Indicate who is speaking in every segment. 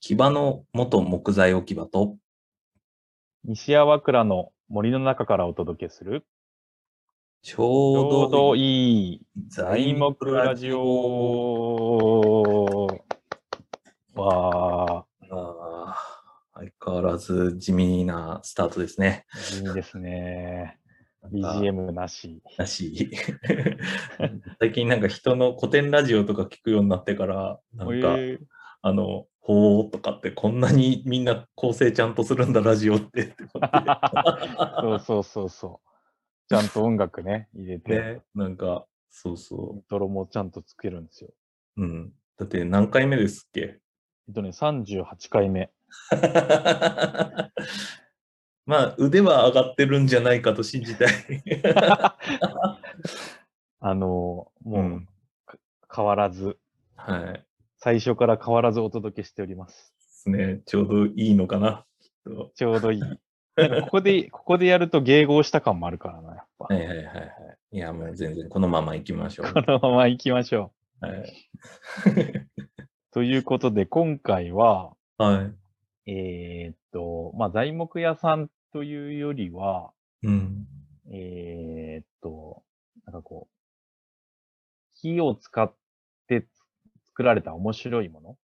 Speaker 1: 木場の元木材置き場と、
Speaker 2: 西粟倉の森の中からお届けする、
Speaker 1: ち
Speaker 2: ちょ
Speaker 1: ょ
Speaker 2: う
Speaker 1: う
Speaker 2: ど
Speaker 1: どいい
Speaker 2: いい材
Speaker 1: 材木
Speaker 2: 木ラ
Speaker 1: ラジ
Speaker 2: ジ
Speaker 1: オ。
Speaker 2: オ。わ
Speaker 1: あー相変わらず地味なスタートですね。
Speaker 2: ー、いいですね。
Speaker 1: なんか
Speaker 2: BGM なし。
Speaker 1: らしい。 最近なんか人の古典ラジオとか聞くようになってから、なんか、
Speaker 2: えー
Speaker 1: あの、ほーとかってこんなにみんな構成ちゃんとするんだラジオってって思って。
Speaker 2: そうそうそうそう。ちゃんと音楽ね、入れて、
Speaker 1: ね、なんか、そう
Speaker 2: イ
Speaker 1: そ
Speaker 2: ントロもちゃんと作るんですよ。
Speaker 1: う。うん。だって何回目ですっけ
Speaker 2: えっとね、38回目。
Speaker 1: まあ、腕は上がってるんじゃないかと信じたい。
Speaker 2: あのー
Speaker 1: う。
Speaker 2: もうん変わらず、
Speaker 1: はい。で
Speaker 2: 最初から変わらずお届けしております。
Speaker 1: すね。ちょうどいいのかな。きっと
Speaker 2: ちょう どいい。なんかここで、ここでやると迎合した感もあるからな、やっぱ。
Speaker 1: はいはいはいはい。いや、もう全然このまま行きましょう。
Speaker 2: このまま行きましょ
Speaker 1: はい。
Speaker 2: う。ということで、今回は、
Speaker 1: はい。
Speaker 2: えーっと、まあ、材木屋さんというよりは、
Speaker 1: うん。
Speaker 2: えーっと、なんかこう、木を使って作られた面白いもの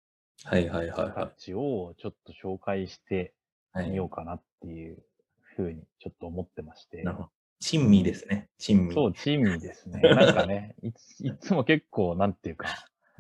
Speaker 1: はいはいは
Speaker 2: たちをちょっと紹介して
Speaker 1: いはい。
Speaker 2: み
Speaker 1: は
Speaker 2: よう
Speaker 1: い、
Speaker 2: かなっていうふうにちょっと思ってまして。
Speaker 1: なるほど。珍味ですね。珍味。
Speaker 2: そう、チームです ね。なんかね、いついつも結構、なんていうか、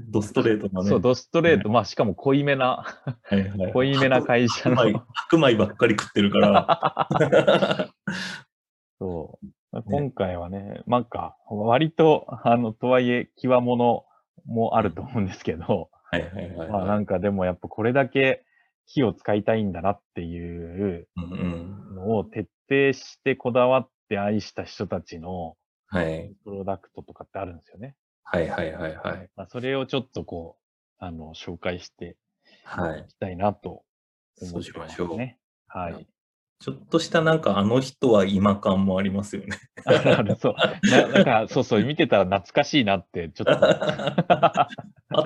Speaker 1: ドストレートのね。
Speaker 2: そう、ドストレート、まあ、しかも濃いめな、
Speaker 1: はいはい
Speaker 2: 濃いめな会社
Speaker 1: 白米
Speaker 2: の、
Speaker 1: 白米ばっかり食ってる から。
Speaker 2: そう。まあ今回はね、なんか、割と、あの、とはいえ、際物もあると思うんですけど、
Speaker 1: はいはいはい、
Speaker 2: まあ、なんかでもやっぱこれだけ木を使いたいんだなっていう
Speaker 1: うんうん。
Speaker 2: のを徹底してこだわって愛した人たちの
Speaker 1: はい。
Speaker 2: プロダクトとかってあるんですよね。
Speaker 1: はいはいはいはい。
Speaker 2: まあ、それをちょっとこう、あの、紹介して
Speaker 1: はい
Speaker 2: い。きたいなと
Speaker 1: そうしましょう。
Speaker 2: ね。は
Speaker 1: はい
Speaker 2: い。
Speaker 1: ちょっとしたなんかあの人は今感もありますよ ね。
Speaker 2: あるある そう。 ななんか、そうそう、見てたら懐かしいなって、ちょっと。
Speaker 1: あ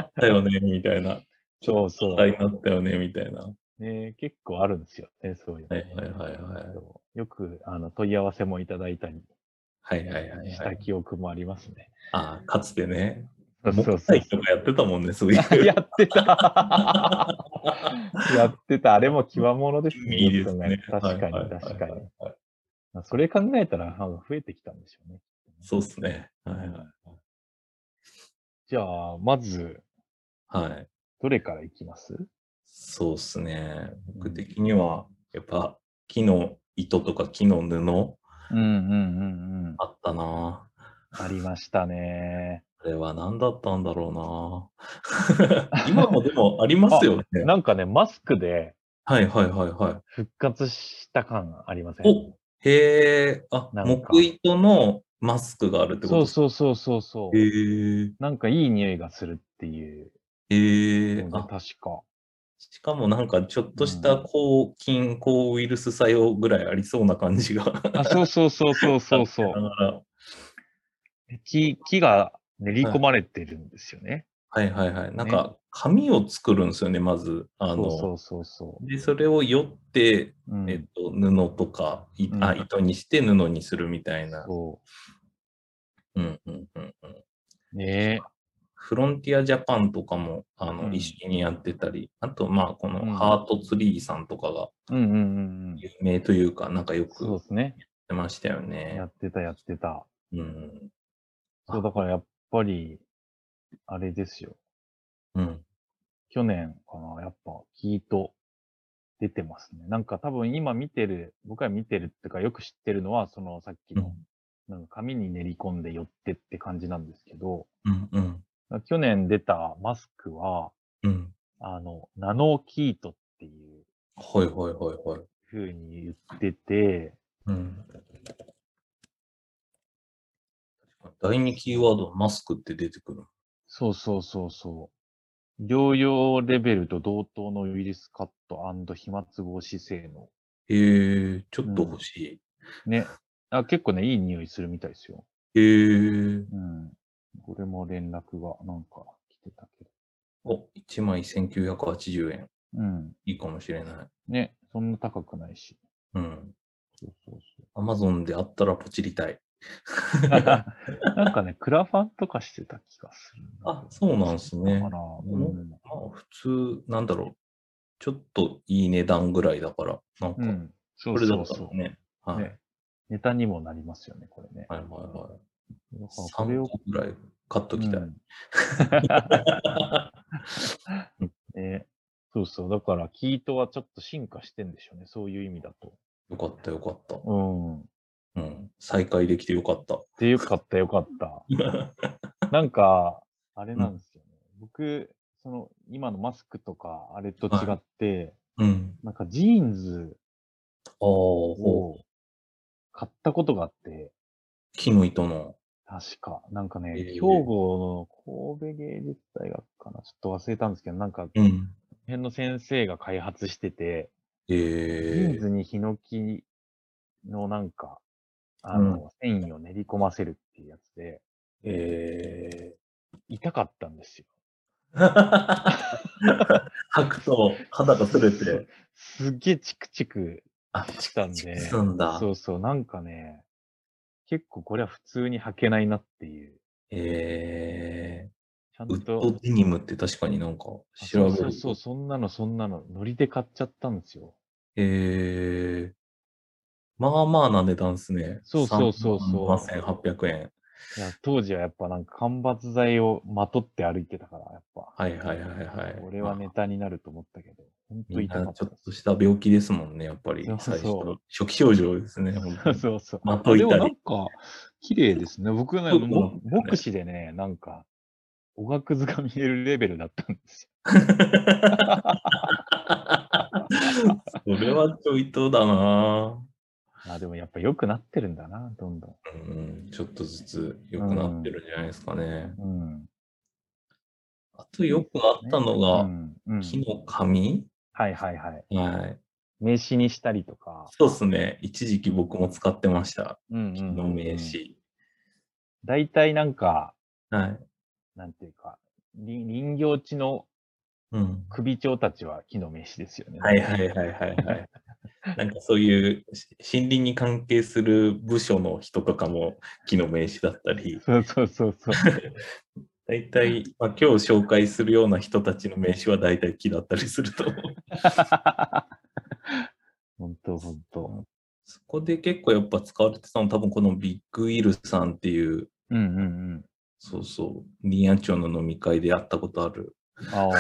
Speaker 1: ったよね、みたいな。
Speaker 2: そうそ
Speaker 1: 話題
Speaker 2: う
Speaker 1: に。なったよね、みたいな。は
Speaker 2: ね、結構あるんですよね、そういうの。
Speaker 1: いはいはいはい。
Speaker 2: そうよくあの問い合わせもいただいたり
Speaker 1: はいはいはい、
Speaker 2: し
Speaker 1: は
Speaker 2: た
Speaker 1: い。
Speaker 2: 記憶もありますね。
Speaker 1: ああ、かつてね。
Speaker 2: そう
Speaker 1: も
Speaker 2: そう
Speaker 1: った
Speaker 2: そう
Speaker 1: いとかやってたもんね、そういう。
Speaker 2: やってた やってた。あれも極物ですね。
Speaker 1: いいですね
Speaker 2: よ。く考え
Speaker 1: はい
Speaker 2: たら
Speaker 1: はい
Speaker 2: 確かに、確かに。
Speaker 1: はいはい
Speaker 2: まあそれ考えたらあの増えてきたんでしょうね。
Speaker 1: そうですね。はいは
Speaker 2: じゃあ、まず、
Speaker 1: い。はい。
Speaker 2: どれからいきます
Speaker 1: そうですね。僕的には、やっぱ木の糸とか木の布
Speaker 2: うんうんうんうん。
Speaker 1: あったな。
Speaker 2: ありましたね。
Speaker 1: あれは何だったんだろう な。今もでもありますよね。
Speaker 2: なんかね、マスクで
Speaker 1: はいはいはいは
Speaker 2: 復活した感ありません
Speaker 1: い。おへえ、あ、
Speaker 2: なんか
Speaker 1: 木糸のマスクがあるってこ
Speaker 2: そう
Speaker 1: と
Speaker 2: そうそうそうそう。
Speaker 1: へえ、
Speaker 2: なんかいい匂いがするっていう
Speaker 1: へえ
Speaker 2: の、が
Speaker 1: あ、
Speaker 2: 確か。
Speaker 1: しかもなんかちょっとした抗菌、抗ウイルス作用ぐらいありそうな感じが。
Speaker 2: あ、そうそうそうそうそうそ
Speaker 1: だ
Speaker 2: う。
Speaker 1: から
Speaker 2: 木、木が練り込まれてるんですよね。
Speaker 1: はいはいはい。なんか紙を作るんですよね、まず。あ
Speaker 2: そ
Speaker 1: の
Speaker 2: うそうそうそう。
Speaker 1: でそれをよって、
Speaker 2: うん
Speaker 1: えっと、布とか、い
Speaker 2: うん
Speaker 1: あ糸にして布にするみたいな。
Speaker 2: そ
Speaker 1: うんうんうんうん
Speaker 2: う。ねえ。
Speaker 1: フロンティアジャパンとかもあの、
Speaker 2: うん
Speaker 1: 一緒にやってたり、あとまあこ
Speaker 2: うん
Speaker 1: のハートツリーさんとかが
Speaker 2: うんうんうんうん。
Speaker 1: 有名というか、なんかよく
Speaker 2: そう
Speaker 1: やっ
Speaker 2: ですね。
Speaker 1: てましたよね
Speaker 2: や。ってたやってた。
Speaker 1: うん。
Speaker 2: そう、だからやっぱり、あれですよ。
Speaker 1: うん。
Speaker 2: 去年かな、やっぱ、キート出てますね。なんか多分今見てる、僕が見てるっていうか、よく知ってるのは、そのさっきの、なんか紙に練り込んで寄ってって感じなんですけど、
Speaker 1: うんうん。
Speaker 2: 去年出たマスクは、
Speaker 1: うん。
Speaker 2: あの、ナノキートっていう
Speaker 1: はいはいはいはい。
Speaker 2: 風に言ってて、
Speaker 1: うん。第2キーワードはマスクって出てくる。
Speaker 2: そうそうそうそう。療養レベルと同等のウイルスカット飛沫防止性能。
Speaker 1: へえ、ちょっと欲し
Speaker 2: ね。あ結構ね、いい匂いするみたいですよ。
Speaker 1: い。へえ。
Speaker 2: うん。これも連絡がなんか来てたけど。
Speaker 1: お、1枚1980円。
Speaker 2: うん。
Speaker 1: いいかもしれない。
Speaker 2: ね、そんな高くないし。
Speaker 1: うん。
Speaker 2: そうそうそう。
Speaker 1: アマゾンであったらポチりたい。
Speaker 2: なんかね、クラファンとかしてた気がするだけど。
Speaker 1: あそうなんすね
Speaker 2: そうかな。うん。
Speaker 1: まあ、普通、なんだろう。ちょっといい値段ぐらいだから、なんか
Speaker 2: う、ん。そ
Speaker 1: こ
Speaker 2: う
Speaker 1: れだ
Speaker 2: そう
Speaker 1: った
Speaker 2: そ
Speaker 1: ら
Speaker 2: う。
Speaker 1: ね。はい。
Speaker 2: ねネタにもなりますよね、これね。
Speaker 1: はいはいは
Speaker 2: だ
Speaker 1: い。
Speaker 2: からこれ
Speaker 1: 3
Speaker 2: を
Speaker 1: 個ぐらい買っときたい。
Speaker 2: うんねそうそう。だから、キートはちょっと進化してんでしょうね。そういう意味だと。
Speaker 1: よかったよかった。
Speaker 2: うん。っ
Speaker 1: うん。再開できてよか った。
Speaker 2: ていうかった、よかった。なんか、あれなんですよね。僕、その、今のマスクとか、あれと違って、
Speaker 1: うん。
Speaker 2: なんかジーンズ
Speaker 1: ああ、ほう。
Speaker 2: を買ったことがあって、
Speaker 1: 木の糸の。
Speaker 2: 確か、なんかね、
Speaker 1: ええ
Speaker 2: 兵庫の神戸芸術大学かな、ちょっと忘れたんですけど、なんか、
Speaker 1: うん。
Speaker 2: 辺の先生が開発してて、ジー
Speaker 1: え
Speaker 2: ン
Speaker 1: え
Speaker 2: ズにヒノキのなんか、あの、繊維を練り込ませるっていうやつで、
Speaker 1: え
Speaker 2: 痛かったんですよ。
Speaker 1: え 吐くと肌が擦れて。
Speaker 2: すっげえチクチク
Speaker 1: あ、
Speaker 2: 来たんで、
Speaker 1: したんだ。
Speaker 2: そうそう、なんかね、結構これは普通に履けないなっていう、
Speaker 1: ええ
Speaker 2: ちゃん
Speaker 1: ウッド
Speaker 2: と、
Speaker 1: デニムって確かになんか
Speaker 2: あ
Speaker 1: 調べる。
Speaker 2: そうそうそう、そんなのそんなの、ノリで買っちゃったんですよ。
Speaker 1: ええまあまあな値段っすね。
Speaker 2: そうそうそうそう
Speaker 1: 7800円。
Speaker 2: いや当時はやっぱなんか間伐材をまとって歩いてたから、やっぱ、
Speaker 1: はいはいはいはい。
Speaker 2: 俺はネ
Speaker 1: まあ。
Speaker 2: タになると思ったけど、本当
Speaker 1: みん
Speaker 2: 痛か
Speaker 1: な
Speaker 2: っ
Speaker 1: ちょ
Speaker 2: た
Speaker 1: っ
Speaker 2: です。
Speaker 1: とした病気ですもんね、やっぱり。
Speaker 2: そうそう
Speaker 1: 最初。初期症状ですね。本当に
Speaker 2: そうそう。
Speaker 1: まといたり
Speaker 2: あでもなんか、綺麗ですね。僕ね、
Speaker 1: そう
Speaker 2: も目視でね、なんか、おがくずが見 えるレベルだったんです
Speaker 1: それはちょいとだな
Speaker 2: よ。あでもやっぱ良くなってるんだな、どんど
Speaker 1: うん、ちょっとずつ良くなってるんじゃないですかね。
Speaker 2: ん。うん。
Speaker 1: あと良くなったの
Speaker 2: う
Speaker 1: が、
Speaker 2: ん。うん、
Speaker 1: 木の紙、
Speaker 2: はいはいはい。
Speaker 1: はい。
Speaker 2: 名刺にしたりとか。
Speaker 1: そうですね。一時期僕も使ってました。
Speaker 2: うん
Speaker 1: 木の名。刺。
Speaker 2: 大体なんか、
Speaker 1: はい。
Speaker 2: なんていうか、り林業地の
Speaker 1: うん。
Speaker 2: 首長たちは木の名刺ですよね。
Speaker 1: はいはいはいはい はい。なんかそういうし森林に関係する部署の人とかも木の名刺だったり、
Speaker 2: そうそうそう そう。
Speaker 1: 大体、まあ、今日紹介するような人たちの名刺は大体木だったりすると思う。
Speaker 2: 本当本当。
Speaker 1: そこで結構やっぱ使われてたの多分このビッグイルさんっていう、
Speaker 2: うんうんうん。
Speaker 1: そうそう、林野町の飲み会でやったことある、
Speaker 2: あ
Speaker 1: は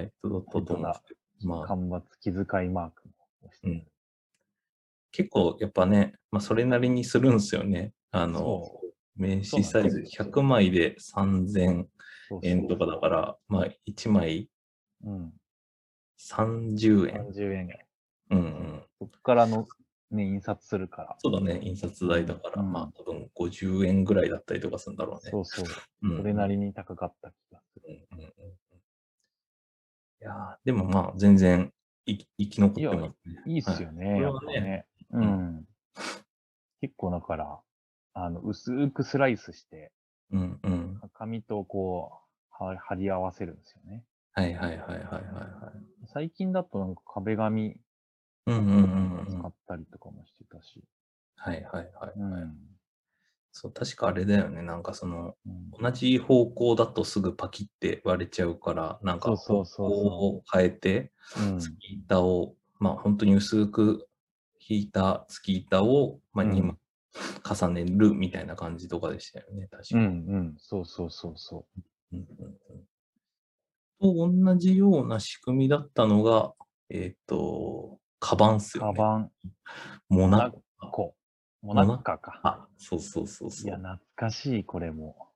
Speaker 1: い、人だったと思うんですけど、
Speaker 2: あ、
Speaker 1: まあ
Speaker 2: 間伐気遣いマークもしてる
Speaker 1: 結構やっぱね、まあそれなりにするんですよね。あの、
Speaker 2: そ
Speaker 1: 名刺サイ
Speaker 2: そうな
Speaker 1: ズ
Speaker 2: んですよ
Speaker 1: 100枚で3000
Speaker 2: そうそう
Speaker 1: 円とかだから、まあ1枚
Speaker 2: うん。
Speaker 1: 30円。
Speaker 2: 30円。
Speaker 1: うんうん。
Speaker 2: そっからの、ね、印刷するから。
Speaker 1: そうだね、印刷代だから、
Speaker 2: うん
Speaker 1: まあ多分50円ぐらいだったりとかするんだろうね。
Speaker 2: そうそう。
Speaker 1: うん
Speaker 2: それなりに高かった気がする。
Speaker 1: うんうんうんうんいやーでもまあ、全然生き生き残ってますね。
Speaker 2: いいっすよね。
Speaker 1: い
Speaker 2: やっぱね。うん。結構だから、あの、薄くスライスして、
Speaker 1: うんうん。
Speaker 2: 紙とこう、は貼り合わせるんですよね。
Speaker 1: はいはいはいはいはいはい。
Speaker 2: 最近だとなんか壁紙
Speaker 1: うんうんうんうん。
Speaker 2: 使
Speaker 1: はい
Speaker 2: ったりとかもしてたし。
Speaker 1: はいはい、
Speaker 2: うん。
Speaker 1: はいそう。確かあれだよね。なんかその、
Speaker 2: うん
Speaker 1: 同じ方向だとすぐパキって割れちゃうから、なん
Speaker 2: そ
Speaker 1: か
Speaker 2: うそうそう
Speaker 1: 方向
Speaker 2: そ
Speaker 1: を変えて、
Speaker 2: う。うん
Speaker 1: 月板を、まあ本当に薄く引いた月板を、まあ、
Speaker 2: うん
Speaker 1: 2枚重ねるみたいな感じとかでしたよね。確か
Speaker 2: う
Speaker 1: に。
Speaker 2: んうん、そうそうそうそ
Speaker 1: うんうんうんと同じような仕組みだったのが、えっ、と、カバンっす
Speaker 2: う。
Speaker 1: よ
Speaker 2: カ
Speaker 1: ね。
Speaker 2: バン、
Speaker 1: モ
Speaker 2: ナ
Speaker 1: ナ
Speaker 2: ッコ、モナッカか。
Speaker 1: あ、そうそうそう
Speaker 2: い
Speaker 1: そう。いや
Speaker 2: や、懐かしい、これも。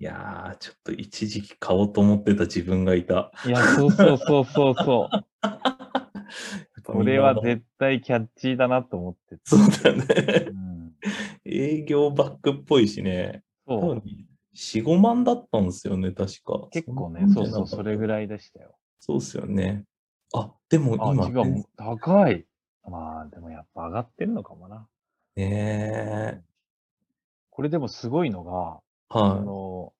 Speaker 1: ー、ちょっと一時期買おうと思ってた自分がいた。 や
Speaker 2: いや、そうそうそうそうそう。
Speaker 1: っぱみ
Speaker 2: こ
Speaker 1: んな
Speaker 2: れは絶対キャッチーだなと思ってた。
Speaker 1: そうだね
Speaker 2: う。ん、
Speaker 1: 営業バッグっぽいしね。多
Speaker 2: そう
Speaker 1: 分4、5万だったんですよね、確か。
Speaker 2: 結構ね、
Speaker 1: んな
Speaker 2: そ
Speaker 1: もんじ
Speaker 2: う
Speaker 1: ゃ
Speaker 2: そ
Speaker 1: なか
Speaker 2: う、
Speaker 1: った
Speaker 2: それぐらいでしたよ。
Speaker 1: そうっすよね。あ、でも
Speaker 2: あ、
Speaker 1: 今、
Speaker 2: 違う、高い。まあ、でもやっぱ上がってるのかもな。
Speaker 1: ねえ
Speaker 2: これでもすごいのが、あ
Speaker 1: はい。
Speaker 2: の、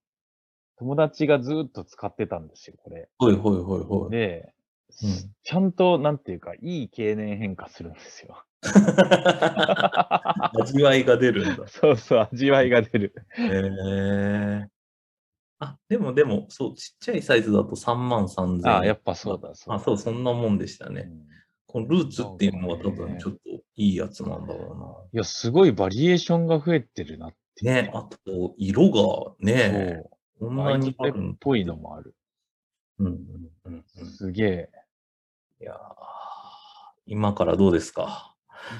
Speaker 2: 友達がずーっと使ってたんですよ、これ。
Speaker 1: ほいほいほいほい。
Speaker 2: で、
Speaker 1: うん
Speaker 2: ちゃんと、なんていうか、いい経年変化するんです よ。
Speaker 1: 味わいが出るんだ。
Speaker 2: そうそう、味わいが出る。
Speaker 1: へえあ、でもでも、そう、ちっちゃいサイズだと3万3000円。
Speaker 2: ああ、やっぱそうだ、そう
Speaker 1: あ
Speaker 2: だ。
Speaker 1: そう、そんなもんでしたね。
Speaker 2: うん
Speaker 1: このルーツっていうのは多
Speaker 2: そうだ
Speaker 1: 分
Speaker 2: ね
Speaker 1: ちょっといいやつなんだろ
Speaker 2: いや、すごいバリエーションが増えてるなっ
Speaker 1: う
Speaker 2: て。
Speaker 1: な。ね、あと、色がね、
Speaker 2: そ
Speaker 1: こん
Speaker 2: う。
Speaker 1: な
Speaker 2: アイ
Speaker 1: に
Speaker 2: ズ
Speaker 1: あ
Speaker 2: っ
Speaker 1: るんだ。
Speaker 2: ぽいのもある。
Speaker 1: うんうんうんうん。
Speaker 2: すげえ。
Speaker 1: いやー今からどうですか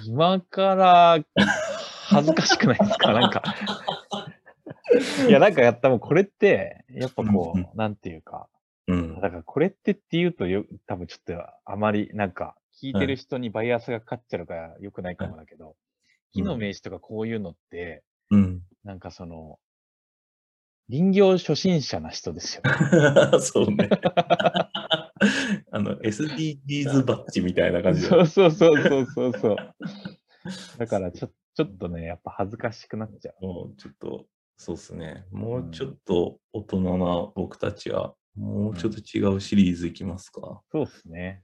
Speaker 2: 今から、恥ずかしくないですかなんか。いや、なんかやったもうこれって、やっぱこ
Speaker 1: うん
Speaker 2: う、なんていうか。
Speaker 1: うん。
Speaker 2: だからこれってって言うとよ、多分ちょっとあまり、なんか、聞いてる人にバイアスがかかっちゃうから良くないかもだけど、木の名詞とかこういうのって、
Speaker 1: うん。
Speaker 2: なんかその、林業初心者な人 ですよね。
Speaker 1: そうね。 あの、SDGs バッジみたいな感じだ
Speaker 2: そうそうそうそうそうそう。だからちょ、ちょっとね、やっぱ恥ずかしくなっちゃう。
Speaker 1: もうちょっと、そうですね。もうちょっと大人な僕たちは、もうちょっと違うシリーズいきますか。
Speaker 2: そうですね。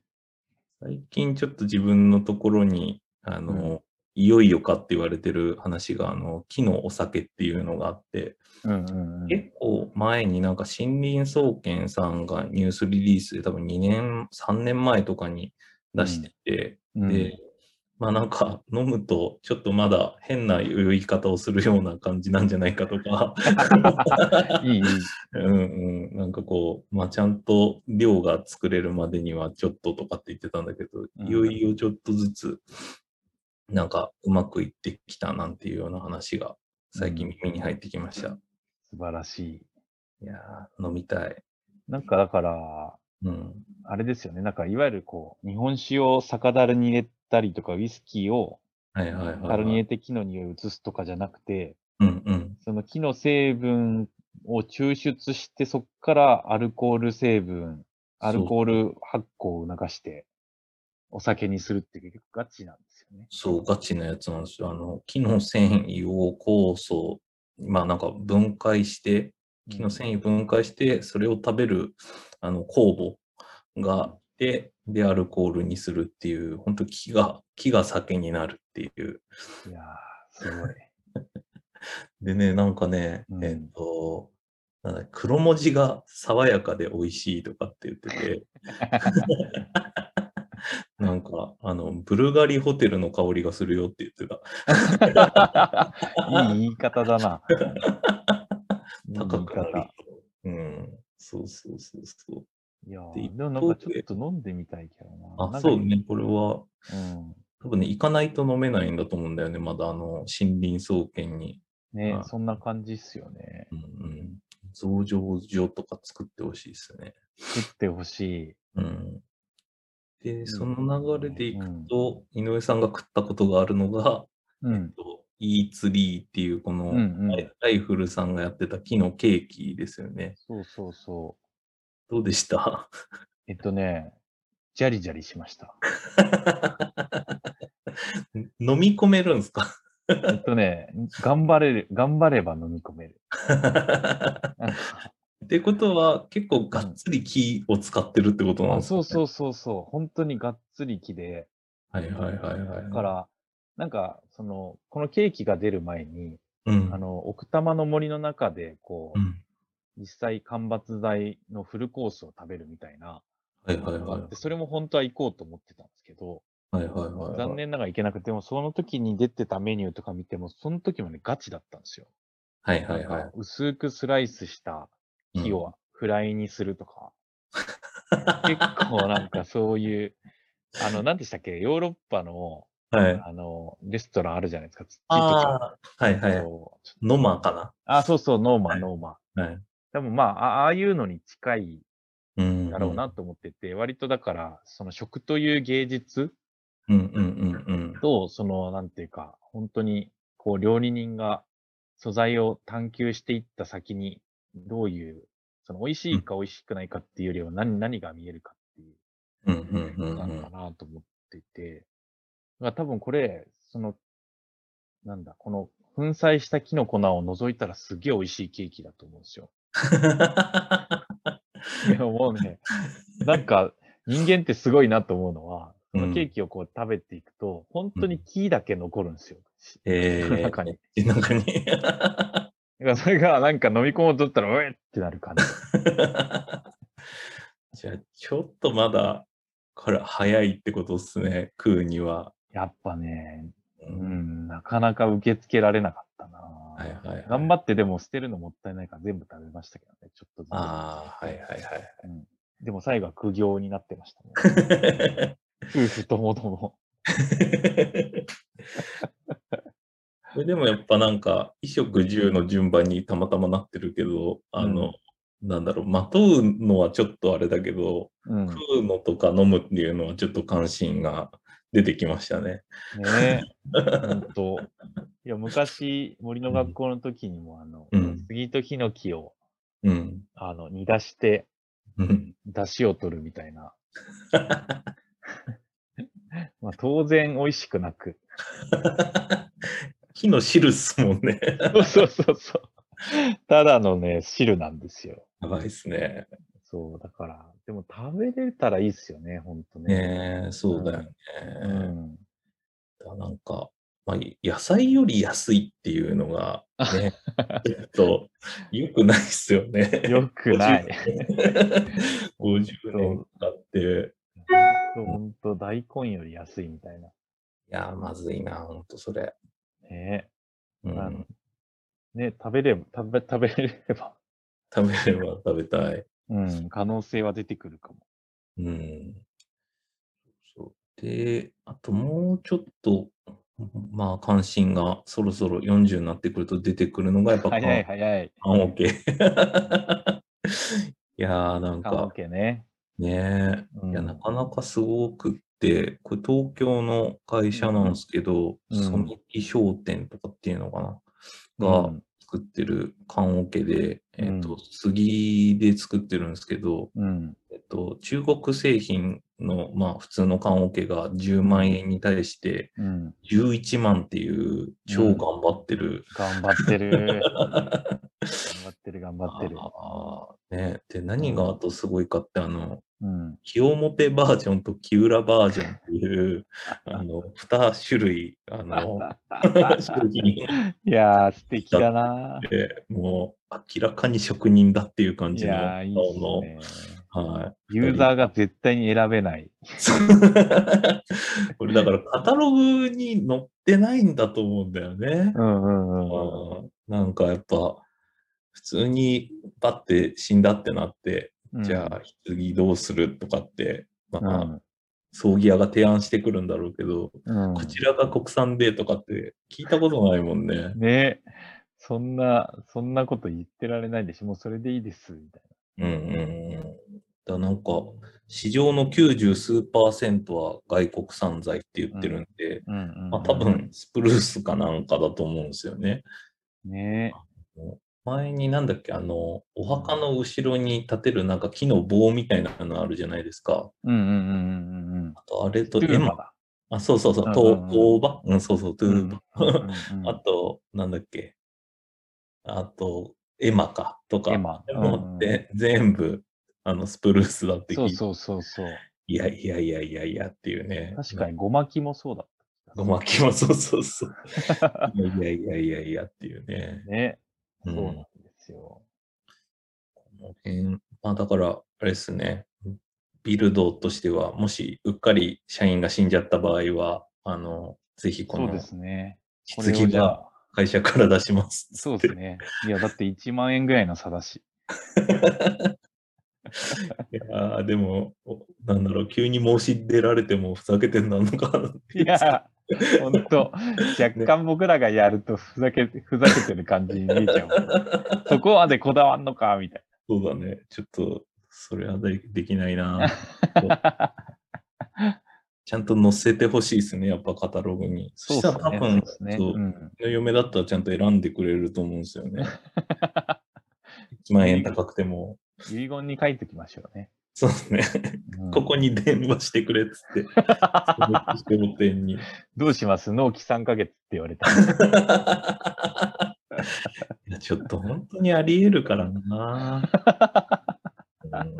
Speaker 1: 最近ちょっと自分のところに、あの、
Speaker 2: うん
Speaker 1: いよいよかって言われてる話が、あの、木のお酒っていうのがあって、
Speaker 2: うんうんうん。
Speaker 1: 結構前になんか森林総研さんがニュースリリースで多分2年、3年前とかに出してて、
Speaker 2: うん
Speaker 1: で、まあなんか飲むとちょっとまだ変な酔い方をするような感じなんじゃないかとか、
Speaker 2: いい、いい。
Speaker 1: うんうん、なんかこう、まあちゃんと量が作れるまでにはちょっととかって言ってたんだけど、
Speaker 2: うん
Speaker 1: いよいよちょっとずつ、なんかうまくいってきたなんていうような話が最近耳に入ってきました。
Speaker 2: 素晴らしい。
Speaker 1: いやー、飲みたい。
Speaker 2: なんかだから、
Speaker 1: うん。
Speaker 2: あれですよね。なんか、いわゆるこう、日本酒を酒樽に入れたりとか、ウイスキーを
Speaker 1: はいはいはい、は
Speaker 2: 樽に入れ
Speaker 1: い。
Speaker 2: て木の匂いを移すとかじゃなくて、
Speaker 1: うんうん。
Speaker 2: その木の成分を抽出して、そこからアルコール成分、アルコール発酵を促して、お酒にするって結局ガチなんですよね。
Speaker 1: そう、ガチなやつなんですよ。あの、木の繊維を酵素、まあなんか分解して、木の繊維分解して、それを食べるあの酵母がいて、で、アルコールにするっていう、本当木が、木が酒になるっていう。
Speaker 2: いやー、すごい。
Speaker 1: でね、なんかね、
Speaker 2: うん
Speaker 1: えっと、なんだ黒文字が爽やかで美味しいとかって言ってて、 なんか、あの、ブルガリホテルの香りがするよって言ってた。
Speaker 2: いい言い方だ な。いい言い
Speaker 1: 高くなる
Speaker 2: 方。
Speaker 1: うん。そうそうそうそう。
Speaker 2: いやー
Speaker 1: で
Speaker 2: でもなんかちょっと飲んでみたいけどな。な
Speaker 1: あ、
Speaker 2: んか
Speaker 1: そう。ね。これは、
Speaker 2: うん。
Speaker 1: 多分ね、行かないと飲めないんだと思うんだよね。まだ、あの、森林総研に。
Speaker 2: ね
Speaker 1: あ、
Speaker 2: そんな感じっすよね。
Speaker 1: うんうん。増上所とか作ってほしいですね。
Speaker 2: 作ってほし
Speaker 1: うん。で、
Speaker 2: ん
Speaker 1: その流れでいくと、井上さんが食ったことがあるのが、
Speaker 2: い。うん。
Speaker 1: イーツリーっていう、この、
Speaker 2: うんうん
Speaker 1: ライフルさんがやってた木のケーキですよね。
Speaker 2: そうそうそう。
Speaker 1: どうでした
Speaker 2: えっとね、ジャリジャリしました。
Speaker 1: 飲み込めるんですか
Speaker 2: えっとね、頑張れる、頑張れば飲み込 める。なんか
Speaker 1: ってことは、結構がっつり木を使ってるってことなん
Speaker 2: あ
Speaker 1: ですか、
Speaker 2: そ
Speaker 1: ね
Speaker 2: うそうそうそう。本当にがっつり木で。
Speaker 1: はいはいはいはい。
Speaker 2: だから、なんか、その、このケーキが出る前に、
Speaker 1: うん、
Speaker 2: あの、奥多摩の森の中で、こ
Speaker 1: う
Speaker 2: う、
Speaker 1: ん
Speaker 2: 実際間伐材のフルコースを食べるみたいな。
Speaker 1: はいはいはい。
Speaker 2: でそれも本当は行こうと思ってたんですけど、
Speaker 1: はいはいはいはい。
Speaker 2: 残。念ながら行けなくて、でもその時に出てたメニューとか見ても、その時もね、ガチだったんですよ。
Speaker 1: はいはいは
Speaker 2: なんか薄くスライスした
Speaker 1: い。
Speaker 2: 木をフライにするとか、結構なんかそういう、 あの、何でしたっけ、ヨーロッパの、
Speaker 1: うん。はい。
Speaker 2: あの、レストランあるじゃないですか。土とか。
Speaker 1: ああー、はいはい。
Speaker 2: そうちょ
Speaker 1: ノマか
Speaker 2: あ、そうそう、ノーマ
Speaker 1: はい
Speaker 2: ン、ノーマン。
Speaker 1: な。はい。
Speaker 2: でもまあ、あああいうのに近い
Speaker 1: うん。
Speaker 2: だろうな。と思ってて、割とだから、その食という芸術
Speaker 1: うんうんうんうん。
Speaker 2: と、その、なんていうか、本当に、こう、料理人が素材を探求していった先に、どういう、その、美味しいか美味しくないかっていうよりは、何、何が見えるかっていう
Speaker 1: うんうんう
Speaker 2: こと
Speaker 1: ん
Speaker 2: なのかなと思っていて、まあ、多分これ、その、なんだ、この、粉砕した木の粉を除いたらすげえ美味しいケーキ だと思うんですよ。いやもうね、なんか、人間ってすごいなと思うのは、
Speaker 1: う
Speaker 2: そ
Speaker 1: ん
Speaker 2: のケーキをこう食べていくと、本当に木だけ残るんですよ。
Speaker 1: えー、
Speaker 2: 中に。
Speaker 1: 中に。
Speaker 2: だからそれがなんか飲み込もうとったら、うえってなる感 じ。
Speaker 1: じゃあ、ちょっとまだ、これ早いってことですね、食うには。
Speaker 2: やっぱね、
Speaker 1: う
Speaker 2: う、ん、なかなか受け付けられなかったな、
Speaker 1: はいはいはい
Speaker 2: 頑張ってでも捨てるのもったいないから全部食べましたけどね、ちょっとずつ。
Speaker 1: ああ、はいはいはい。
Speaker 2: でも最後は苦行になってました ね。夫婦ともとも。
Speaker 1: こ れでもやっぱなんか、衣食住の順番にたまたまなってるけど、あの、なんだろう、まとうのはちょっとあれだけど、
Speaker 2: うん。ね
Speaker 1: 食うのとか飲むっていうのはちょっと関心が出てきましたね。
Speaker 2: え。ほんと。いや、昔、森の学校の時にも、あの、
Speaker 1: うん
Speaker 2: 杉とヒノキを、
Speaker 1: うん。
Speaker 2: あの、煮出して、
Speaker 1: うん。
Speaker 2: 出汁を取るみたいな。まあ、当然美味しく なく。
Speaker 1: 木の汁っすもんね。
Speaker 2: そうそうそうそう。ただのね、汁なんですよ。
Speaker 1: やばいっすね。
Speaker 2: そう、だから、でも食べれたらいいっすよね、ほんとね。
Speaker 1: ねえ、そうだよね。
Speaker 2: うん。
Speaker 1: なんか、まあ、野菜より安いっていうのが、 ね、ちょっと良くないっすよね。
Speaker 2: よく ない。
Speaker 1: 50年経って、
Speaker 2: ほんと、大根より安いみたいな。
Speaker 1: いやー、まずいな、ほんとそれ。
Speaker 2: ね
Speaker 1: う
Speaker 2: あ
Speaker 1: ん
Speaker 2: の、ね、食べれば、食べ、食べれれば、
Speaker 1: 食べれば食べたい。
Speaker 2: うん、可能性は出てくるかも。
Speaker 1: うん。そうで、あともうちょっと、 まあ、関心がそろそろ40になってくると出てくるのが、やっぱ、
Speaker 2: 早い早い。
Speaker 1: 缶オケ。い やー、なん
Speaker 2: カラオ
Speaker 1: か
Speaker 2: ケね。
Speaker 1: ね
Speaker 2: うん
Speaker 1: いや、なかなかすごくって、これ東京の会社なんですけど、
Speaker 2: うん
Speaker 1: ソミキ商店とかっていうのかな、
Speaker 2: う
Speaker 1: が
Speaker 2: ん
Speaker 1: 作ってる缶オケで、
Speaker 2: うん
Speaker 1: えっと、杉で作ってるんですけど、
Speaker 2: うん。
Speaker 1: えっと、中国製品の、まあ、普通の缶オケが10万円に対して
Speaker 2: うん。
Speaker 1: 11万っていう超頑張ってる。
Speaker 2: 頑張っ てる。頑張ってる、頑張ってる。
Speaker 1: あーね、で、何があとすごいかって、あの、
Speaker 2: うん。
Speaker 1: 清表バージョンと木浦バージョンって いう、あの、2種類、あの、商品
Speaker 2: いやー、素敵だな。
Speaker 1: で、もう明らかに職人だっていう感
Speaker 2: い
Speaker 1: じの
Speaker 2: やー、いいっ
Speaker 1: 顔の
Speaker 2: すね。
Speaker 1: はい。
Speaker 2: ユーザーが絶対に選べない。
Speaker 1: これだからカタログに載ってないんだと思うんだよね。
Speaker 2: うんうんうん。
Speaker 1: うんなんかやっぱ、普通にバッて死んだってなって、
Speaker 2: うん
Speaker 1: じゃあ、棺どうするとかって、ま
Speaker 2: う
Speaker 1: あ、
Speaker 2: ん。
Speaker 1: 葬儀屋が提案してくるんだろうけど、
Speaker 2: うん
Speaker 1: こちらが国産でとかって聞いたことないもん ね。
Speaker 2: ねそんな、そんなこと言ってられないでしょ、もうそれでいいです、みたい
Speaker 1: うんうんうん。だなんか、市場の90数パーセントは外国産材って言ってるんで、
Speaker 2: な。うんうんうん
Speaker 1: まあ多。分スプルースかなんかだと思うんですよね。
Speaker 2: ね
Speaker 1: 前になんだっけ、あの、お墓の後ろに立てるなんか木の棒みたいなのあるじゃないですか。
Speaker 2: うんうんうんうんうんうん。
Speaker 1: あと、あれと
Speaker 2: トゥ
Speaker 1: 絵
Speaker 2: ーマ
Speaker 1: 馬。
Speaker 2: だ。
Speaker 1: あ、そうそうそう、
Speaker 2: うん
Speaker 1: ト
Speaker 2: うんうん
Speaker 1: ーバうん、そうそう、ト
Speaker 2: う
Speaker 1: ゥー
Speaker 2: んうん
Speaker 1: バ。
Speaker 2: うん
Speaker 1: あと、なんだっけ。あと、絵馬か、とか。
Speaker 2: 絵馬
Speaker 1: でも
Speaker 2: うんうん
Speaker 1: で全部、あの、スプルースだって聞
Speaker 2: そう
Speaker 1: いて。
Speaker 2: そうそうそう。
Speaker 1: いやいやいやいやいやっていうね。
Speaker 2: 確かに、ごまきもそうだっ
Speaker 1: ごまきもそうそうそう。いやいやいやいやいやっていうね。
Speaker 2: た。ね。
Speaker 1: う
Speaker 2: そ
Speaker 1: ん
Speaker 2: うなんですよ。
Speaker 1: この辺まあだから、あれですね、ビルドとしては、もしうっかり社員が死んじゃった場合は、あの、ぜひこ
Speaker 2: そうで
Speaker 1: の
Speaker 2: すね。これを
Speaker 1: 棺
Speaker 2: じゃ
Speaker 1: は
Speaker 2: あ、
Speaker 1: 会社から出します。
Speaker 2: そうですね。いや、だって1万円ぐらいの差だし。
Speaker 1: いやーでも、おなんだろう、急に申し出られてもふざけてんなのかなってい
Speaker 2: いう
Speaker 1: さ
Speaker 2: や、ほん と、若干僕らがやるとふざけて、ふざけてる感じに見えちゃうもん ね。そこまでこだわんのか、みたい
Speaker 1: そうだね、ちょっと、それはでできないな。
Speaker 2: な。
Speaker 1: ちゃんと載せてほしいですね、やっぱカタログに。そ
Speaker 2: そう
Speaker 1: し
Speaker 2: っ
Speaker 1: ら
Speaker 2: たす
Speaker 1: 多
Speaker 2: ね。
Speaker 1: 分、
Speaker 2: そうっすね。
Speaker 1: そう
Speaker 2: うん
Speaker 1: の嫁だったらちゃんと選んでくれると思うんですよ ね。1万円高くても。
Speaker 2: 遺言に書いておきましょうね。
Speaker 1: そうですね。
Speaker 2: うん
Speaker 1: ここに電話してくれっつって。その店に。い
Speaker 2: どうします納期3ヶ月って言われた。
Speaker 1: やちょっと本当にあり得るからな。うん、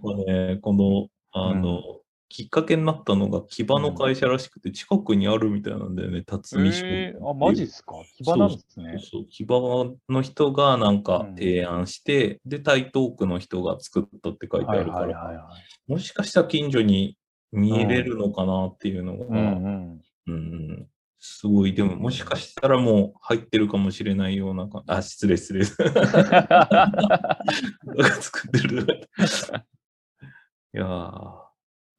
Speaker 1: これね、この、あの、きっかけになったのが、木場の会社らしくて、近くにあるみたいなんだよね、辰巳商
Speaker 2: えー、あ、マジっすか牙なんですね。
Speaker 1: そうそう、木場の人がなんか
Speaker 2: うん
Speaker 1: 提案して、で、台東区の人が作ったって書いてあ
Speaker 2: はい
Speaker 1: るから、
Speaker 2: はいはいは
Speaker 1: もしかしたら近所に見れるのかなっていうのが、
Speaker 2: い。うんうん。
Speaker 1: うんうんすごい、でももしかしたらもう入ってるかもしれないような感あ、失礼失礼。 作ってる。いやー、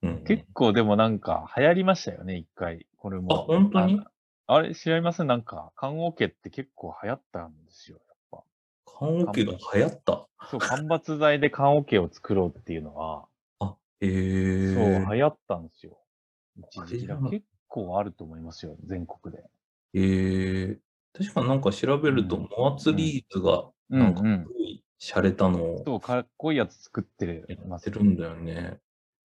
Speaker 1: うん、
Speaker 2: 結構でもなんか流行りましたよね、一回。これも。
Speaker 1: あ本当に
Speaker 2: ああれ、知りませんなんか、棺桶って結構流行ったんですよ。やっ
Speaker 1: 棺桶が流行った。
Speaker 2: ぱ。 そう、間伐材で棺桶を作ろうっていうのは、
Speaker 1: あ、へ
Speaker 2: そう、
Speaker 1: え。
Speaker 2: 流行ったんですよ。一時期だ
Speaker 1: あれ
Speaker 2: 結構あると思いますよ、全国で。
Speaker 1: えー、確かなんか調べると、
Speaker 2: うん
Speaker 1: モアツリーズがなんか
Speaker 2: う
Speaker 1: す
Speaker 2: んうん
Speaker 1: ごい洒落たのを
Speaker 2: そう、かっこいいやつ作ってる
Speaker 1: や
Speaker 2: ま
Speaker 1: っ
Speaker 2: す
Speaker 1: て
Speaker 2: よ
Speaker 1: るんだよね。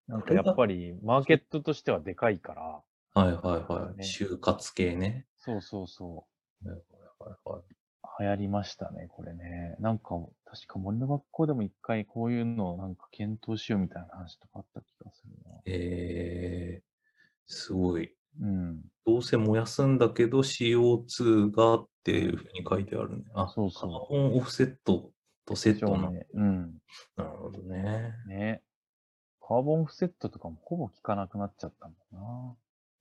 Speaker 2: なんかやっぱり、マーケットとしてはでかいから、
Speaker 1: はいはいはい。
Speaker 2: ね
Speaker 1: 就活系ね。
Speaker 2: そうそうそう。
Speaker 1: はいはいはい
Speaker 2: 流行りましたね、これね。なんか、確か森の学校でも一回こういうのをなんか検討しようみたいな話とかあった気がす
Speaker 1: えー、すごい。
Speaker 2: るな。うん。
Speaker 1: どうせ燃やすんだけど CO2 がっていうふうに書いてあるね。あ、
Speaker 2: そう
Speaker 1: カー
Speaker 2: そ
Speaker 1: ボンオフセットとセ
Speaker 2: う。
Speaker 1: ットな。
Speaker 2: ね。うん。
Speaker 1: なるほどね。
Speaker 2: ね。カーボンオフセットとかもほぼ効かなくなっちゃったんだ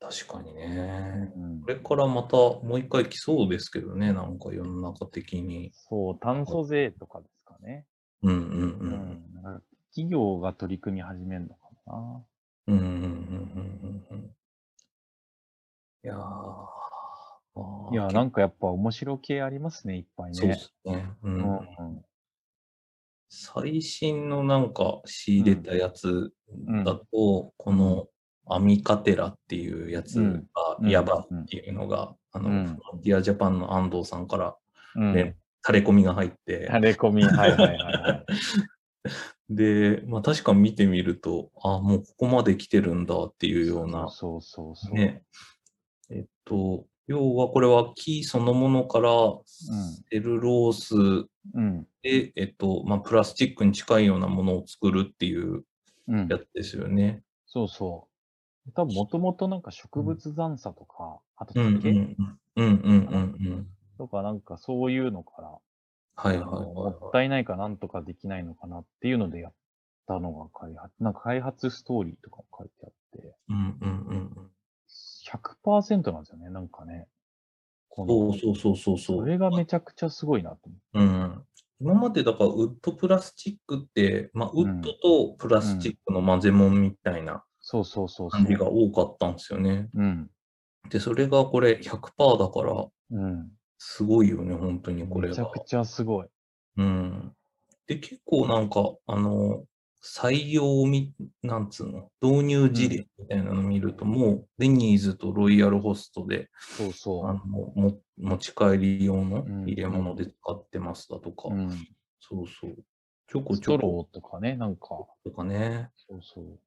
Speaker 1: 確かに
Speaker 2: な
Speaker 1: ね。。
Speaker 2: うん
Speaker 1: こ。れからまたもう一回来そうですけどね、なんか世の中的に。
Speaker 2: そう、炭素税とかですかね。
Speaker 1: うんう
Speaker 2: うんん。なんか企業が取り組み始めるのかな。
Speaker 1: うん。うんうんうんうんうんうん。いやー。まあ
Speaker 2: いや、なんかやっぱ面白系ありますね、いっぱいね。
Speaker 1: そうですね。う
Speaker 2: うんん。
Speaker 1: 最新のなんか仕入れたやつだと、このアミカテラっていうやつ
Speaker 2: うん
Speaker 1: がやばっていうのが、あ
Speaker 2: う
Speaker 1: の、
Speaker 2: ん
Speaker 1: フロンティアジャパンの安藤さんから
Speaker 2: うん。
Speaker 1: ね垂れ込みが入って、
Speaker 2: 垂れ込み、はいはいはいはい。
Speaker 1: で、まあ確か見てみると、あもうここまで来てるんだっていうような、
Speaker 2: そうそうそうそう。
Speaker 1: ね。えっと、要はこれは木そのものからセルロース
Speaker 2: うん。
Speaker 1: で、えっと、まあプラスチックに近いようなものを作るっていう
Speaker 2: うん
Speaker 1: や。つですよね。
Speaker 2: そうそう。多分もともとなんか植物残差とか、あと
Speaker 1: うんうんう
Speaker 2: 竹
Speaker 1: んうんうんうん。
Speaker 2: とかなんかそういうのから、
Speaker 1: はいはい
Speaker 2: あのもっ
Speaker 1: は
Speaker 2: たいないかなんとかできないのかなっていうのでやったのが開発、なんか開発ストーリーとかも書いてあって、
Speaker 1: い。うんうんうんうん。
Speaker 2: 100%なんですよね、なんかね。こ
Speaker 1: そ
Speaker 2: の
Speaker 1: うそうそうそうそ。
Speaker 2: そうれがめちゃくちゃすごいなと思
Speaker 1: うん、今までだからウッドプラスチックって、まあ、ウッドとプラスチックの混ぜもんみたいな
Speaker 2: う。そうそうそうそう。
Speaker 1: 感じが多かったんですよね。
Speaker 2: うん。
Speaker 1: で、それがこれ100%だから、
Speaker 2: うん。
Speaker 1: すごいよね、本当にこれ
Speaker 2: めちゃ
Speaker 1: が
Speaker 2: く。ちゃすごい。
Speaker 1: うん、で、結構なんか、あの、採用み、なんつうの、導入事例みたいなの見ると、もう、デニーズとロイヤルホストで、
Speaker 2: そう
Speaker 1: あ
Speaker 2: そ
Speaker 1: のも持ち帰り用の
Speaker 2: うん
Speaker 1: 入れ物で使ってますだとか、
Speaker 2: う。うん。
Speaker 1: そうそう、ちょこ
Speaker 2: ス
Speaker 1: ちょ
Speaker 2: ト
Speaker 1: こ
Speaker 2: ローとかね、なんか。
Speaker 1: とかね、
Speaker 2: そうそう。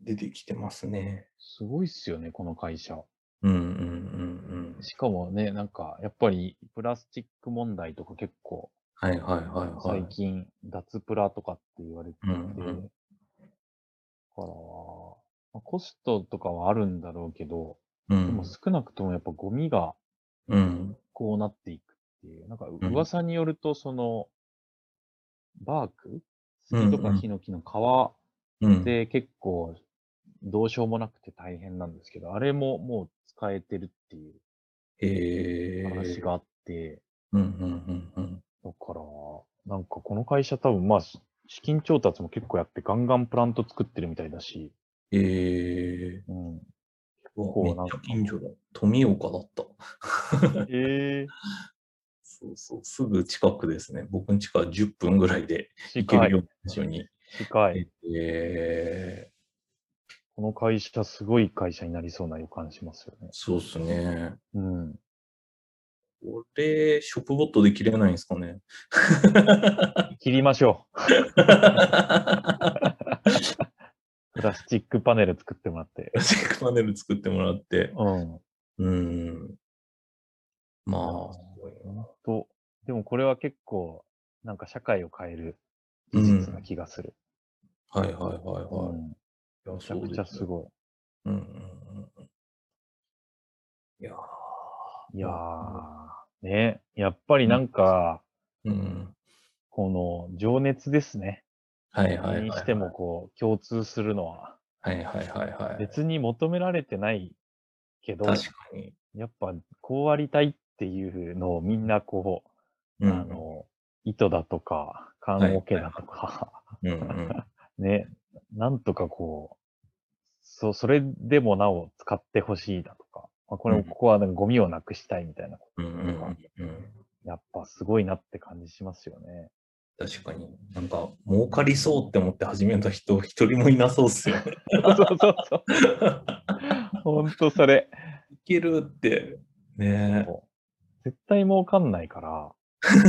Speaker 1: 出てきてますね。
Speaker 2: すごいっすよね、この会社。
Speaker 1: うんうんうんうん。
Speaker 2: しかもね、なんか、やっぱり、プラスチック問題とか結構、
Speaker 1: はいはいはいは
Speaker 2: 最
Speaker 1: い。
Speaker 2: 近、脱プラとかって言われていて、
Speaker 1: うんうん
Speaker 2: だから、まあコストとかはあるんだろうけど、
Speaker 1: う
Speaker 2: でも
Speaker 1: ん。
Speaker 2: 少なくともやっぱゴミが
Speaker 1: うん。
Speaker 2: こうなっていくっていう、なんか
Speaker 1: ん
Speaker 2: 噂によると、その、バーク杉と
Speaker 1: う
Speaker 2: か
Speaker 1: んうん
Speaker 2: ヒノキの皮
Speaker 1: うん。
Speaker 2: で結構、どうしようもなくて大変なんですけど、あれももう使えてるっていう。
Speaker 1: へえ。
Speaker 2: 話があって、
Speaker 1: うんうんうんうん。
Speaker 2: だから、なんかこの会社多分まあ、し資金調達も結構やってガンガンプラント作ってるみたいだし、
Speaker 1: へえ。
Speaker 2: うん。
Speaker 1: わ
Speaker 2: こう
Speaker 1: めっ
Speaker 2: なん
Speaker 1: ち
Speaker 2: か
Speaker 1: ゃ近所だ。富岡だった。
Speaker 2: ええ
Speaker 1: そうそう、すぐ近くですね。僕ん家から10分ぐらいで行け
Speaker 2: 近
Speaker 1: るよ
Speaker 2: い、
Speaker 1: うな場所に。
Speaker 2: 近い。
Speaker 1: えー、
Speaker 2: この会社すごい会社になりそうな予感しますよね。
Speaker 1: そうですね。
Speaker 2: うん。
Speaker 1: これ、ショップボットで切れないんですかね。
Speaker 2: 切りましょう。プラスチックパネル作ってもらって。
Speaker 1: チェックパネル作ってもらって。
Speaker 2: うん。
Speaker 1: うん。まあ、すごいな
Speaker 2: と、でもこれは結構、なんか社会を変える技術な気がする。
Speaker 1: はいはいはいは
Speaker 2: う
Speaker 1: い。
Speaker 2: ん
Speaker 1: いや
Speaker 2: めちゃくちゃすご
Speaker 1: い。うんうんうんうんいやー
Speaker 2: い。いやー、ね、やっぱりなんか、
Speaker 1: うん。
Speaker 2: この情熱ですね。
Speaker 1: はいはいはい、はい。
Speaker 2: にしてもこう、共通するのは、
Speaker 1: はいはいはいはい。
Speaker 2: 別に求められてないけど、
Speaker 1: 確かに。
Speaker 2: やっぱこうありたいっていうのをみんなこう、
Speaker 1: うん
Speaker 2: あの、意図だとか、缶桶だとか、
Speaker 1: うんうん、
Speaker 2: ね、なんとかこう、そ、それでもなお使ってほしいだとか、まあ、これ
Speaker 1: う
Speaker 2: も
Speaker 1: ん
Speaker 2: ここはなんかゴミをなくしたいみたいなこ
Speaker 1: うんうんうんうん。
Speaker 2: と、やっぱすごいなって感じしますよ ね。
Speaker 1: 確かに。なんか、儲かりそうって思って始めた人、一人もいなそうっす よね。
Speaker 2: そうそうそう。ほんとそれ。
Speaker 1: いけるって。ね
Speaker 2: 絶対儲かんないから、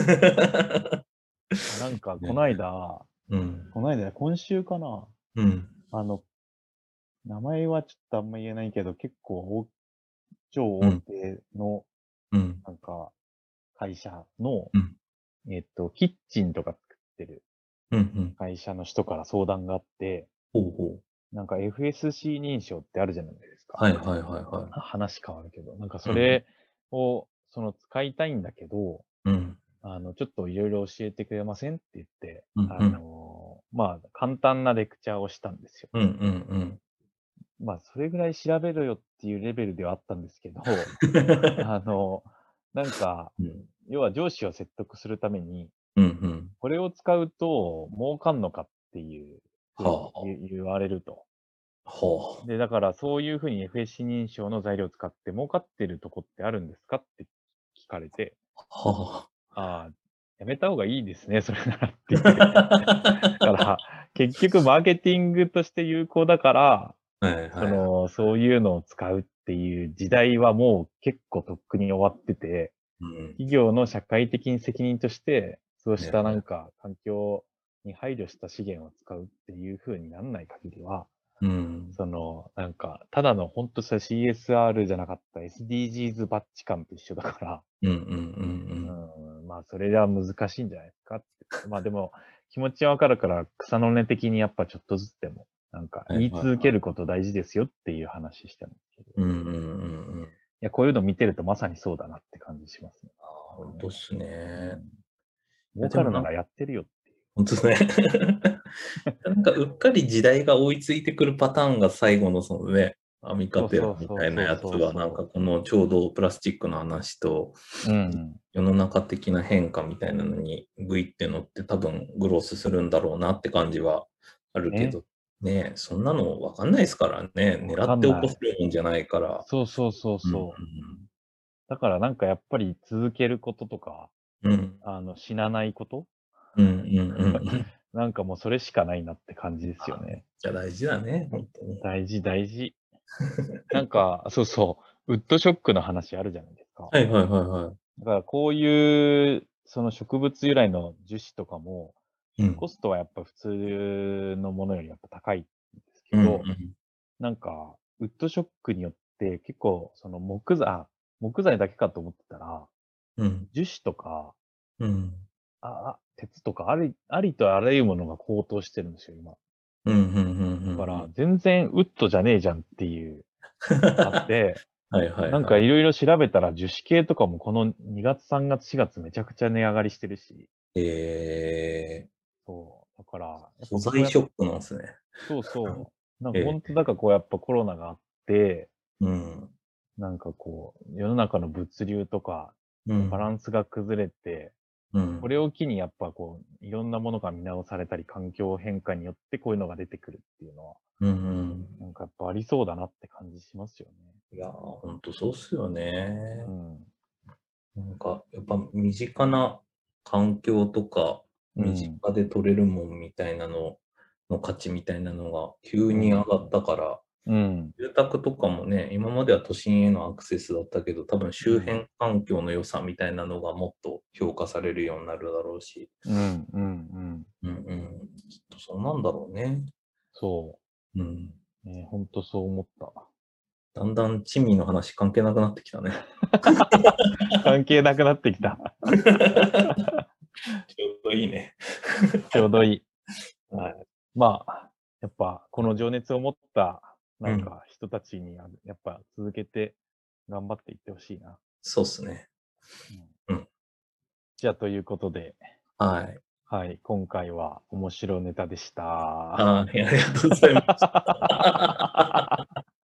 Speaker 1: え。
Speaker 2: なんかこないだ、
Speaker 1: うん。
Speaker 2: こないだ、今週かな
Speaker 1: うん。
Speaker 2: あの、名前はちょっとあんま言えないけど、結構大、超
Speaker 1: う
Speaker 2: 大
Speaker 1: ん
Speaker 2: 手の、
Speaker 1: うん。
Speaker 2: なんか、会社の、
Speaker 1: うん
Speaker 2: えっと、キッチンとか作ってる
Speaker 1: うん。うん。
Speaker 2: 会社の人から相談があって、
Speaker 1: ほうほう。
Speaker 2: なんか FSC 認証ってあるじゃないですか。
Speaker 1: はいはいはいは
Speaker 2: 話変わるけど、なんかそれを、その使いたいんだけど、
Speaker 1: い。うん。
Speaker 2: あの、ちょっといろいろ教えてくれませんって言って、
Speaker 1: うん
Speaker 2: あの、まあ、簡単なレクチャーをしたんですよ。
Speaker 1: うんうん
Speaker 2: まあ、それぐらい調べろよっていうレベルではあったんです けど、
Speaker 1: うん。
Speaker 2: あの、なんか、
Speaker 1: うん
Speaker 2: 要は上司を説得するために、
Speaker 1: うん
Speaker 2: これを使うと儲かんのかっていう、
Speaker 1: はあ
Speaker 2: 言言われると。
Speaker 1: はあ。
Speaker 2: で、だからそういうふうに FSC 認証の材料を使って儲かってるとこってあるんですかって聞かれて、
Speaker 1: は
Speaker 2: ああ、やめた方がいいですね、それならって言って。だ
Speaker 1: あ。
Speaker 2: から、結局マーケティングとして有効だから、
Speaker 1: はい
Speaker 2: そ
Speaker 1: は
Speaker 2: の、そういうのを使うっていう時代はもう結構とっくに終わって
Speaker 1: い。
Speaker 2: て、
Speaker 1: うん
Speaker 2: 企業の社会的責任として、そうした
Speaker 1: ね
Speaker 2: なんか環境に配慮した資源を使うっていう風にならない限りは、
Speaker 1: うん。
Speaker 2: その、なんか、ただの本当さ CSR じゃなかった SDGs バッチ感と一緒だから、
Speaker 1: うんうんう
Speaker 2: うんん、まあ、それでは難しいんじゃないですかって。まあでも、気持ちはわかるから、草の根的にやっぱちょっとずつでも、なんか、
Speaker 1: はい
Speaker 2: 言
Speaker 1: はい
Speaker 2: い続けること大事ですよっていう話してますけど。
Speaker 1: うん。うんうんうんうん。
Speaker 2: いや、こういうの見てるとまさにそうだなって感じしますね。
Speaker 1: あー本当っすね。
Speaker 2: 儲かるならやってるよっていう。
Speaker 1: 本当ですね。なんかうっかり時代が追いついてくるパターンが最後のそのね、アミカテラみたいなやつ
Speaker 2: そうそうそうそう
Speaker 1: は、なんかこのちょうどプラスチックの話と
Speaker 2: うん。
Speaker 1: 世の中的な変化みたいなのにグイって乗って多分グロスするんだろうなって感じはあるけど、ねそんなの分かんないですからね、
Speaker 2: わか
Speaker 1: 狙っ
Speaker 2: んな
Speaker 1: て
Speaker 2: い
Speaker 1: 起こせるもんじゃないから。
Speaker 2: そうそうそうそう。だからなんかやっぱり続けることとか、
Speaker 1: うん。うん。
Speaker 2: あの、死なないこと
Speaker 1: うんうんうんうん。い
Speaker 2: なんかもうそれしかないなって感じですよね。
Speaker 1: や大事だね、本当に。
Speaker 2: 大事大事。 なんか、そうそう。ウッドショックの話あるじゃないですか。
Speaker 1: はいはいはいは
Speaker 2: だからこういう、その植物由来の樹脂とかも、
Speaker 1: い。うん
Speaker 2: コストはやっぱ普通のものよりやっぱ高いんですけ
Speaker 1: う
Speaker 2: ど、
Speaker 1: んうん
Speaker 2: なんか、ウッドショックによって結構、その木材、あ木材だけかと思ってたら、
Speaker 1: うん
Speaker 2: 樹脂とか、
Speaker 1: うん
Speaker 2: ああ鉄とかあり、ありとあらゆるものが高騰してるんですよ、今。
Speaker 1: うんうんうんうん
Speaker 2: だから、全然ウッドじゃねえじゃんっていう、 あって、
Speaker 1: はいはいはい。
Speaker 2: なんかいろいろ調べたら樹脂系とかもこの2月、3月、4月めちゃくちゃ値上がりしてるし、
Speaker 1: え
Speaker 2: そう。だから、やっぱ
Speaker 1: ー、素材ショックなんですね。
Speaker 2: そ うそう。なんか
Speaker 1: ええ
Speaker 2: 本当、だからこうやっぱコロナがあって、
Speaker 1: うん。
Speaker 2: なんかこう、世の中の物流とか、
Speaker 1: うん
Speaker 2: バランスが崩れて、
Speaker 1: うん
Speaker 2: これを機にやっぱこう、いろんなものが見直されたり、環境変化によってこういうのが出てくるっていうのは、
Speaker 1: うんうん。
Speaker 2: なんかやっぱありそうだなって感じしますよ
Speaker 1: いやー、ほんとそうっすよ
Speaker 2: ね。
Speaker 1: ね
Speaker 2: う。
Speaker 1: なんか、やっぱ身近な環境とか、
Speaker 2: ん。
Speaker 1: 身近で取れるもんみたいなのの価値みたいなのが急に上がったから、
Speaker 2: うん。
Speaker 1: 住宅とかもね、今までは都心へのアクセスだったけど、多分周辺環境の良さみたいなのがもっと評価されるようになるだろうし、
Speaker 2: うん。うん。うん。
Speaker 1: うんうん、きっとそうなんだろうね。
Speaker 2: そ
Speaker 1: うん、
Speaker 2: う。ね、ほんとそう思っ
Speaker 1: だんだん地味の話関係なくなってきたね。
Speaker 2: た。関係なくなってきた。
Speaker 1: ちょうどいいね。
Speaker 2: ちょうどいい。
Speaker 1: はい
Speaker 2: まあ、やっぱこの情熱を持ったなんか人たちに、あのやっぱ続けて頑張っていってほしいな。
Speaker 1: そうっすね。
Speaker 2: じゃあということで、
Speaker 1: はい。
Speaker 2: はい、今回は面白ネタでした。
Speaker 1: あーありがとうございます。